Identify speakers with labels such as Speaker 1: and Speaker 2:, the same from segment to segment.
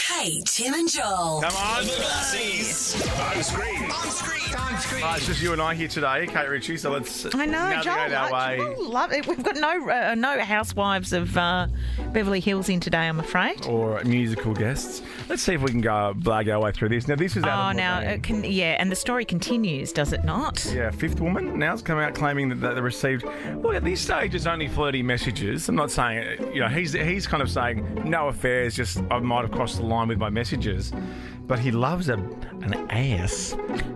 Speaker 1: Hey, Tim and Joel.
Speaker 2: Come on.
Speaker 3: On screen. On screen. On screen.
Speaker 2: Uh, it's just you and I here today, Kate Ritchie, so let's
Speaker 4: I know, Joel.
Speaker 2: navigate our
Speaker 4: like-
Speaker 2: way.
Speaker 4: Joel love it. We've got no uh, no housewives of uh, Beverly Hills in today, I'm afraid.
Speaker 2: Or musical guests. Let's see if we can go blag our way through this. Now, this is Adam
Speaker 4: oh, now
Speaker 2: Levine.
Speaker 4: it can, yeah, and the story continues, does it not?
Speaker 2: Yeah, fifth woman now's come out claiming that that they received. Well, at this stage, it's only flirty messages. I'm not saying, you know, he's he's kind of saying no affairs. Just I might have crossed the line with my messages, but he loves a an ass.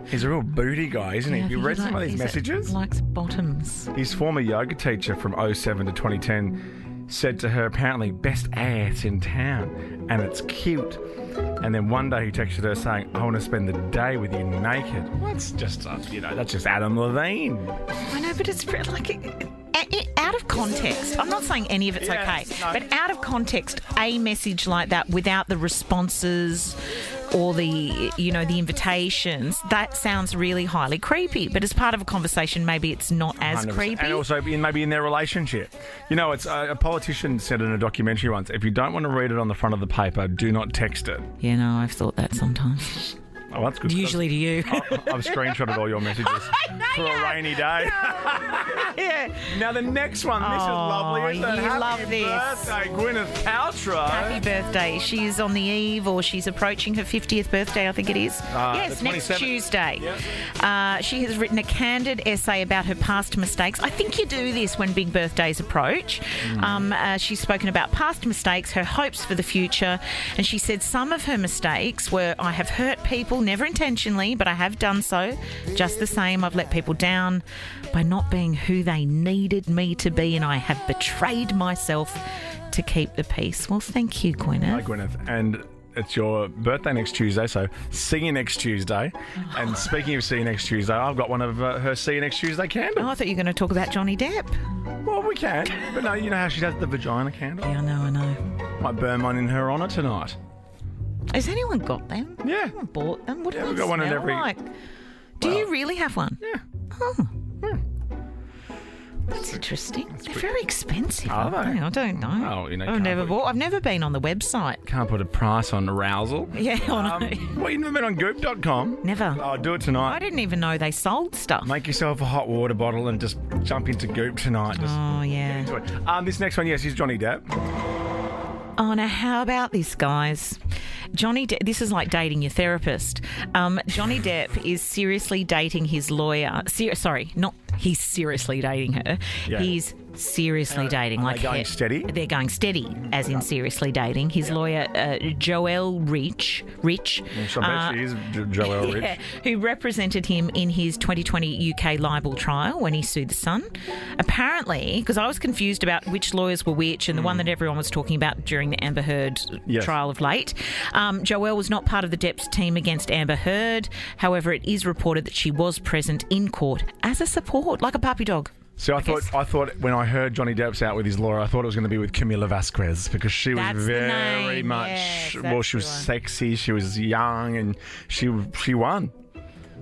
Speaker 2: He's a real booty guy, isn't he?
Speaker 4: Yeah, I
Speaker 2: Have you
Speaker 4: think
Speaker 2: read
Speaker 4: he
Speaker 2: some of
Speaker 4: like-
Speaker 2: these
Speaker 4: he's a-
Speaker 2: messages?
Speaker 4: Likes bottoms.
Speaker 2: His former yoga teacher from 07 to 2010 said to her, apparently, best ass in town, and it's cute. And then one day he texted her saying, I want to spend the day with you naked. That's just, uh, you know, that's just Adam Levine.
Speaker 4: I know, but it's re- like it- it- it- out of context. I'm not saying any of it's
Speaker 2: Yeah,
Speaker 4: okay,
Speaker 2: no.
Speaker 4: but out of context, a message like that without the responses or the you know the invitations that sounds really highly creepy. But as part of a conversation, maybe it's not as
Speaker 2: 100%.
Speaker 4: creepy.
Speaker 2: And also in, maybe in their relationship. You know, it's uh, a politician said in a documentary once if you don't want to read it on the front of the paper, do not text it.
Speaker 4: you know, I've thought that sometimes.
Speaker 2: Oh, that's good.
Speaker 4: Usually to you.
Speaker 2: I've screenshotted all your messages for a rainy day.
Speaker 4: Oh, yeah.
Speaker 2: Now the next one, this is
Speaker 4: Oh,
Speaker 2: lovely, isn't it?
Speaker 4: you
Speaker 2: Happy
Speaker 4: love this.
Speaker 2: birthday, Gwyneth Paltrow.
Speaker 4: Happy birthday. She is on the eve, or she's approaching her 50th birthday, I think it is. yes,
Speaker 2: the
Speaker 4: next
Speaker 2: 27th.
Speaker 4: Tuesday.
Speaker 2: Yep.
Speaker 4: Uh, she has written a candid essay about her past mistakes. I think you do this when big birthdays approach. Um, uh, she's spoken about past mistakes, her hopes for the future, and she said some of her mistakes were I have hurt people, never intentionally, but I have done so. Just the same, I've let people down by not being who they needed me to be, and I have betrayed myself to keep the peace. Well, thank you,
Speaker 2: Hi,
Speaker 4: Gwyneth.
Speaker 2: Gwyneth, and it's your birthday next Tuesday, so see you next Tuesday. And speaking of see you next Tuesday, I've got one of uh, her see you next Tuesday
Speaker 4: Oh,
Speaker 2: candles.
Speaker 4: I thought you were going to talk about Johnny Depp.
Speaker 2: Well, we can, but no, you know how she does the vagina candle.
Speaker 4: Yeah, I know, I know.
Speaker 2: Might burn one in her honour tonight.
Speaker 4: Has anyone got them?
Speaker 2: Yeah.
Speaker 4: Anyone bought them? What do
Speaker 2: Yeah,
Speaker 4: they
Speaker 2: we've got one in
Speaker 4: smell
Speaker 2: every-
Speaker 4: like? Do you really have one?
Speaker 2: Yeah.
Speaker 4: Oh. That's interesting. They're very expensive.
Speaker 2: Are
Speaker 4: aren't
Speaker 2: they?
Speaker 4: I don't know.
Speaker 2: Oh, you know,
Speaker 4: I've
Speaker 2: can't
Speaker 4: never
Speaker 2: we-
Speaker 4: bought. I've never been on the website.
Speaker 2: Can't put a price on arousal.
Speaker 4: Yeah, on
Speaker 2: Um, well, you've never been on goop.com?
Speaker 4: never.
Speaker 2: Oh, do it
Speaker 4: I
Speaker 2: tonight.
Speaker 4: didn't even know they sold stuff.
Speaker 2: Make yourself a hot water bottle and just jump into goop tonight. Just
Speaker 4: oh yeah.
Speaker 2: into it. Um, this next one, yes, is Johnny Depp.
Speaker 4: Oh, now how about this, guys? Johnny, De- this is like dating your therapist. Um, Johnny Depp is seriously dating his lawyer. Ser- sorry, not he's seriously dating her.
Speaker 2: Yeah. Uh,
Speaker 4: He's seriously dating.
Speaker 2: they
Speaker 4: Like
Speaker 2: going
Speaker 4: he-
Speaker 2: steady?
Speaker 4: They're going steady, as in seriously dating. His lawyer, uh, Joel Rich, Rich,
Speaker 2: So I bet
Speaker 4: uh,
Speaker 2: she is Jo- Joelle Rich.
Speaker 4: yeah, who represented him in his 2020 UK libel trial when he sued the Sun. Apparently, because I was confused about which lawyers were which, and the one that everyone was talking about during the Amber Heard
Speaker 2: Hmm. Yes.
Speaker 4: trial of late, um, Joelle was not part of the Depp's team against Amber Heard. However, it is reported that she was present in court as a support, like a puppy dog.
Speaker 2: So I, thought
Speaker 4: guess-
Speaker 2: I thought when I heard Johnny Depp's out with his lawyer, I thought it was going to be with Camila Vasquez because she was
Speaker 4: That's the
Speaker 2: very
Speaker 4: name,
Speaker 2: much
Speaker 4: yes,
Speaker 2: well,
Speaker 4: that's
Speaker 2: she was
Speaker 4: the one.
Speaker 2: sexy, she was young, and she she won.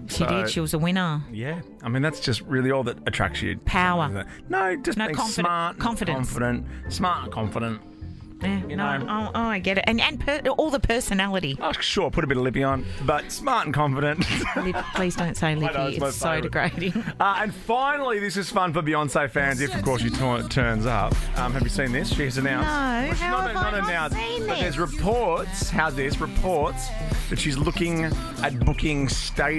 Speaker 4: She
Speaker 2: So-
Speaker 4: did. She was a winner.
Speaker 2: Yeah, I mean that's just really all that attracts you.
Speaker 4: Power.
Speaker 2: Isn't it? No, just
Speaker 4: No,
Speaker 2: being
Speaker 4: confident-
Speaker 2: smart,
Speaker 4: confidence.
Speaker 2: confident, smart, confident.
Speaker 4: Yeah, no,
Speaker 2: know.
Speaker 4: oh, oh, I get it. And and per, all the personality.
Speaker 2: Oh, sure, put a bit of lippy on, but smart and confident.
Speaker 4: Lip- Please don't say
Speaker 2: I know,
Speaker 4: Lippy.
Speaker 2: it's
Speaker 4: It's,
Speaker 2: my
Speaker 4: so
Speaker 2: favourite.
Speaker 4: degrading.
Speaker 2: Uh, and finally, this is fun for Beyonce fans if, of course, she t- turns up. Um, have you seen this? She has announced.
Speaker 4: No,
Speaker 2: she's
Speaker 4: how have I not seen
Speaker 2: But there's
Speaker 4: this?
Speaker 2: reports, how's this? Reports that she's looking at booking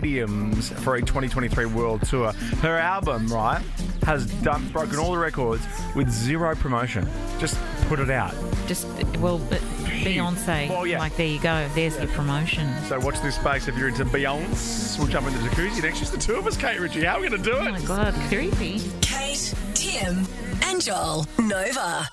Speaker 2: stadiums for a 2023 world tour. Her album, right, has done, broken all the records with zero promotion. Just put it out.
Speaker 4: Just well, but Beyonce.
Speaker 2: Well, yeah.
Speaker 4: Like there you go. There's your promotion.
Speaker 2: So watch this space if you're into Beyonce. We'll jump into the jacuzzi next. Just the two of us, Kate Ritchie. How are we going to do it?
Speaker 4: Oh my god, creepy.
Speaker 1: Kate, Tim, and Joel. Nova.